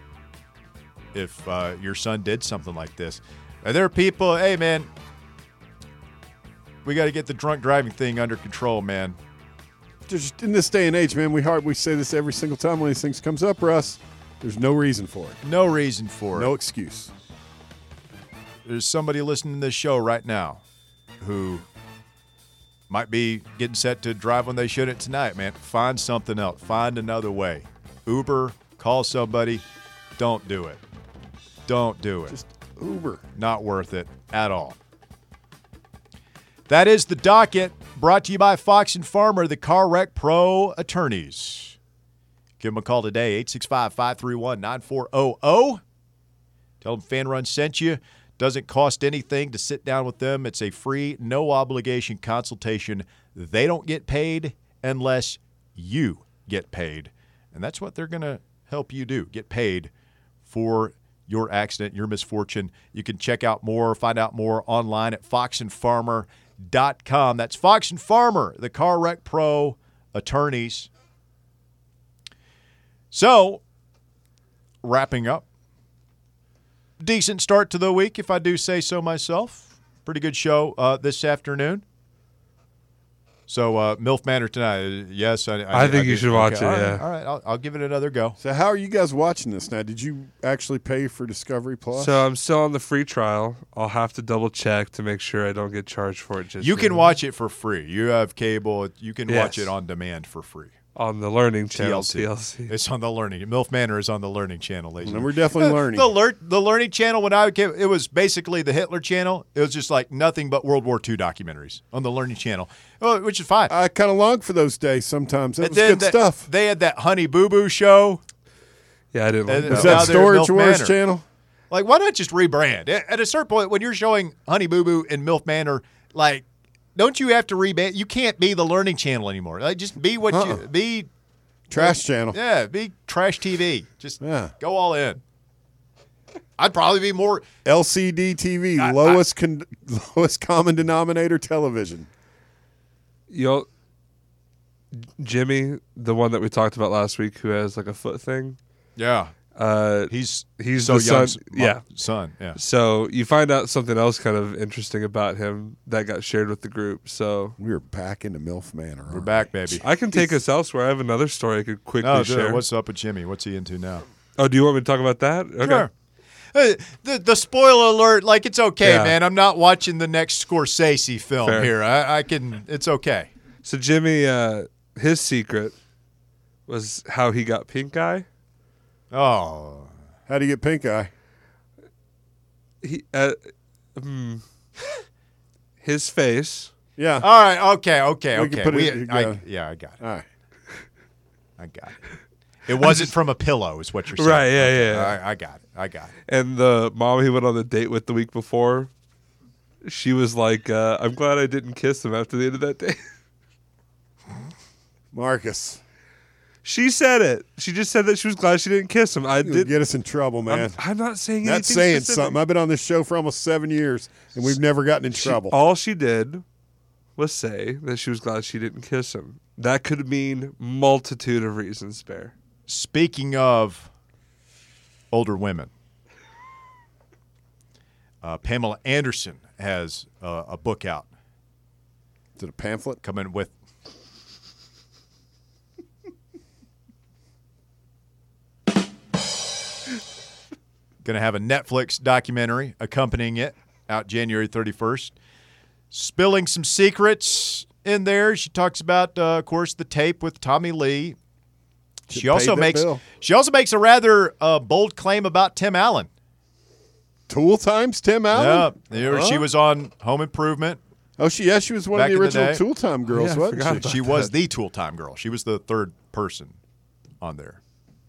S2: if uh, your son did something like this? Are there people? Hey, man, we got to get the drunk driving thing under control, man.
S4: Just in this day and age, man, we hard we say this every single time when these things comes up, Russ. There's no reason for it.
S2: No reason for it.
S4: No excuse.
S2: there's somebody listening to this show right now who might be getting set to drive when they shouldn't tonight, man. Find something else. Find another way. Uber, call somebody. Don't do it. Don't do it.
S4: Just Uber.
S2: Not worth it at all. That is the docket brought to you by Fox and Farmer, the Car Wreck Pro attorneys. Give them a call today, 865 531 9400. Tell them Fan Run sent you. Doesn't cost anything to sit down with them. It's a free, no obligation consultation. They don't get paid unless you get paid. And that's what they're going to help you do get paid for your accident, your misfortune. You can check out more, find out more online at foxandfarmer.com. That's Fox and Farmer, the car wreck pro attorneys. So, wrapping up decent start to the week, if I do say so myself. Pretty good show uh, this afternoon. So uh, Milf Manor tonight. uh, Yes, I.
S3: I think you
S2: did-
S3: should watch it,
S2: all right,
S3: yeah.
S2: all right, I'll, I'll give it another go.
S4: So how are you guys watching this now? Did you actually pay for Discovery Plus?
S3: So
S2: um,
S3: I'm still on the free trial. I'll have to double check to make sure I don't get charged for it. Just
S2: You can
S3: yet.
S2: watch it for free. You have cable. You can watch
S3: Yes.
S2: it on demand for free.
S3: on the learning channel
S2: TLC.
S3: TLC.
S2: It's on the learning. Milf Manor is on the learning channel, ladies.
S4: and we're definitely learning.
S2: The lear- the learning channel when I came, it was basically the Hitler channel. It was just like nothing but World War II documentaries on the learning channel, oh, which is fine.
S4: I kind of long for those days sometimes. That
S2: And
S4: Uh, was good
S2: they-
S4: stuff.
S2: They had that Honey Boo Boo show.
S3: Yeah, I didn't like
S2: And
S3: that.
S4: Is
S2: now
S4: that
S2: they're at
S4: Storage
S2: Milk
S4: Wars
S2: Manor.
S4: channel?
S2: Like, why not just rebrand? A- At a certain point, when you're showing Honey Boo Boo and Milf Manor, like, don't you have to rebrand? You can't be the learning channel anymore. Like, just be what
S4: Uh-uh.
S2: you be.
S4: Trash channel.
S2: Yeah, be trash TV. Just
S4: Yeah.
S2: go all in. I'd probably be more.
S4: LCD TV, lowest con- lowest common denominator television.
S3: You'll Jimmy, the one that we talked about last week, who has like a foot thing.
S2: Yeah,
S3: Uh,
S2: he's
S3: He's
S2: so
S3: the
S2: young.
S3: son- yeah.
S2: son. Yeah.
S3: so you find out something else kind of interesting about him that got shared with the group. So
S4: We are back into MILF Manor. aren't
S2: We're
S4: we?
S2: back, baby.
S3: I can take us elsewhere. I have another story I could quickly
S4: Oh,
S2: No, dude,
S3: share.
S2: what's up with Jimmy? What's he into now?
S3: oh, do you want me to talk about that? Okay.
S2: Sure. Uh, the the spoiler alert, like it's okay,
S3: Yeah.
S2: man. I'm not watching the next Scorsese film
S3: Fair.
S2: here. I, I can. It's okay.
S3: So Jimmy, uh, his secret was how he got pink eye.
S2: Oh,
S4: How do you get pink eye?
S3: He, uh, hmm. his face.
S4: Yeah.
S2: all right. Okay. Okay.
S4: We can
S2: okay.
S4: put
S2: we,
S4: it-
S2: I,
S3: uh,
S4: yeah.
S2: yeah, I got it.
S4: All right.
S2: I got it. It wasn't from a pillow, is what you're saying.
S3: Right, yeah,
S2: Okay,
S3: yeah.
S2: I, I got it. I got it.
S3: and the mom he went on the date with the week before, she was like, uh, "I'm glad I didn't kiss him after the end of that day."
S4: Marcus.
S3: she said it. She just said that she was glad she didn't kiss him. I
S4: You'll
S3: did.
S4: get us in trouble, man.
S3: I'm, I'm not saying
S4: That's
S3: anything
S4: saying
S3: specific.
S4: something. I've been on this show for almost seven years, and we've never gotten in
S3: She-
S4: trouble.
S3: all she did was say that she was glad she didn't kiss him. That could mean multitude of reasons. Bear.
S2: Speaking of older women, uh, Pamela Anderson has uh, a book out
S4: Is it a pamphlet?
S2: coming with. Going to have a Netflix documentary accompanying it out January 31st. Spilling some secrets in there. She talks about, uh, of course, the tape with Tommy Lee. She
S4: Should pay
S2: also
S4: that
S2: makes
S4: bill.
S2: she also makes a rather uh, bold claim about Tim Allen.
S4: Tool times Tim Allen.
S2: Yeah, there- she
S3: Huh?
S2: was on Home Improvement.
S4: Oh, she yeah, she was one
S2: Back in
S4: of the
S2: the
S4: original
S2: day.
S4: Tool Time girls,
S3: Yeah, I
S4: wasn't
S3: forgot
S4: she?
S3: about-
S2: She was the Tool Time girl. She was the third person on there.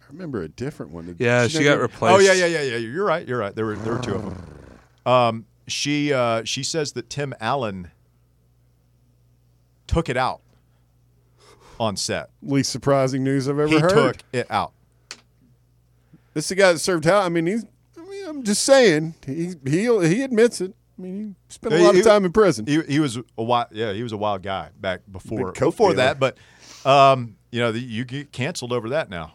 S4: I remember a different one.
S3: Yeah, she, got
S4: never-
S3: replaced.
S2: Oh yeah, yeah, yeah, yeah. You're right. You're right. There were there were two of them. Um, she uh, she says that Tim Allen took it out on set.
S4: Least surprising news I've ever
S2: he
S4: heard.
S2: took it out.
S4: This is the guy that served out. I mean, he's. I mean, I'm just saying. He he he admits it. I mean, he spent a
S2: He-
S4: lot
S2: he-
S4: of time in prison.
S2: He, he was a wild, yeah, he was a wild guy back before
S4: Big coke
S2: before
S4: dealer.
S2: that. But um, you know, the, you get canceled over that now.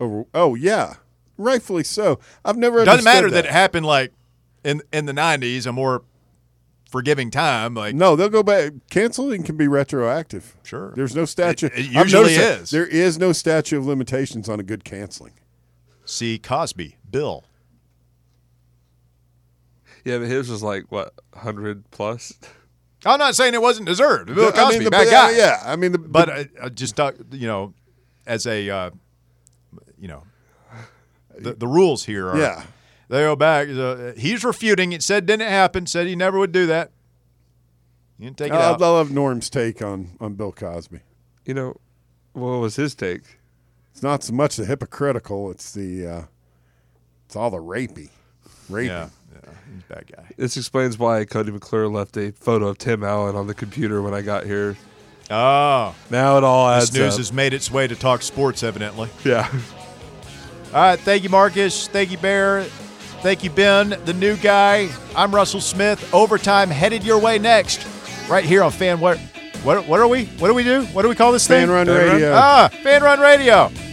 S4: oh, oh, yeah, rightfully so. I've never
S2: Doesn't matter
S4: understood
S2: that. it happened like in in the '90s, a more forgiving time. Like
S4: No, they'll go back. Canceling can be retroactive.
S2: Sure.
S4: There's no statute.
S2: It- it
S4: I've
S2: usually
S4: noticed that.
S2: is.
S4: There is no statute of limitations on a good canceling.
S2: see Cosby, Bill.
S3: Yeah, but his was like what hundred plus.
S2: I'm not saying it wasn't deserved. Bill
S4: I
S2: Cosby,
S4: mean, the-
S2: bad guy.
S4: Yeah, I mean, the,
S2: but uh, uh, just uh, you know, as a uh, you know, the, the rules here are
S4: Yeah.
S2: They go back. uh, he's refuting it. Said didn't happen. Said he never would do that. You didn't take it
S4: I, I
S2: out.
S4: love Norm's take on on Bill Cosby.
S3: You know, what was his take?
S4: It's not so much the hypocritical; it's the uh, it's all the rapey, rapey.
S2: yeah, yeah, he's a bad guy.
S3: This explains why Cody McClure left a photo of Tim Allen on the computer when I got here.
S2: Oh,
S3: Now it all adds
S2: this news
S3: up.
S2: has made its way to talk sports, evidently.
S3: yeah.
S2: All right, thank you, Marcus. Thank you, Bear. Thank you, Ben, the new guy. I'm Russell Smith. Overtime headed your way next, right here on Fan. What? What? What are we? What do we do? What do we call this
S4: Fan
S2: thing?
S4: Run Radio.
S2: Ah, Fan Run Radio.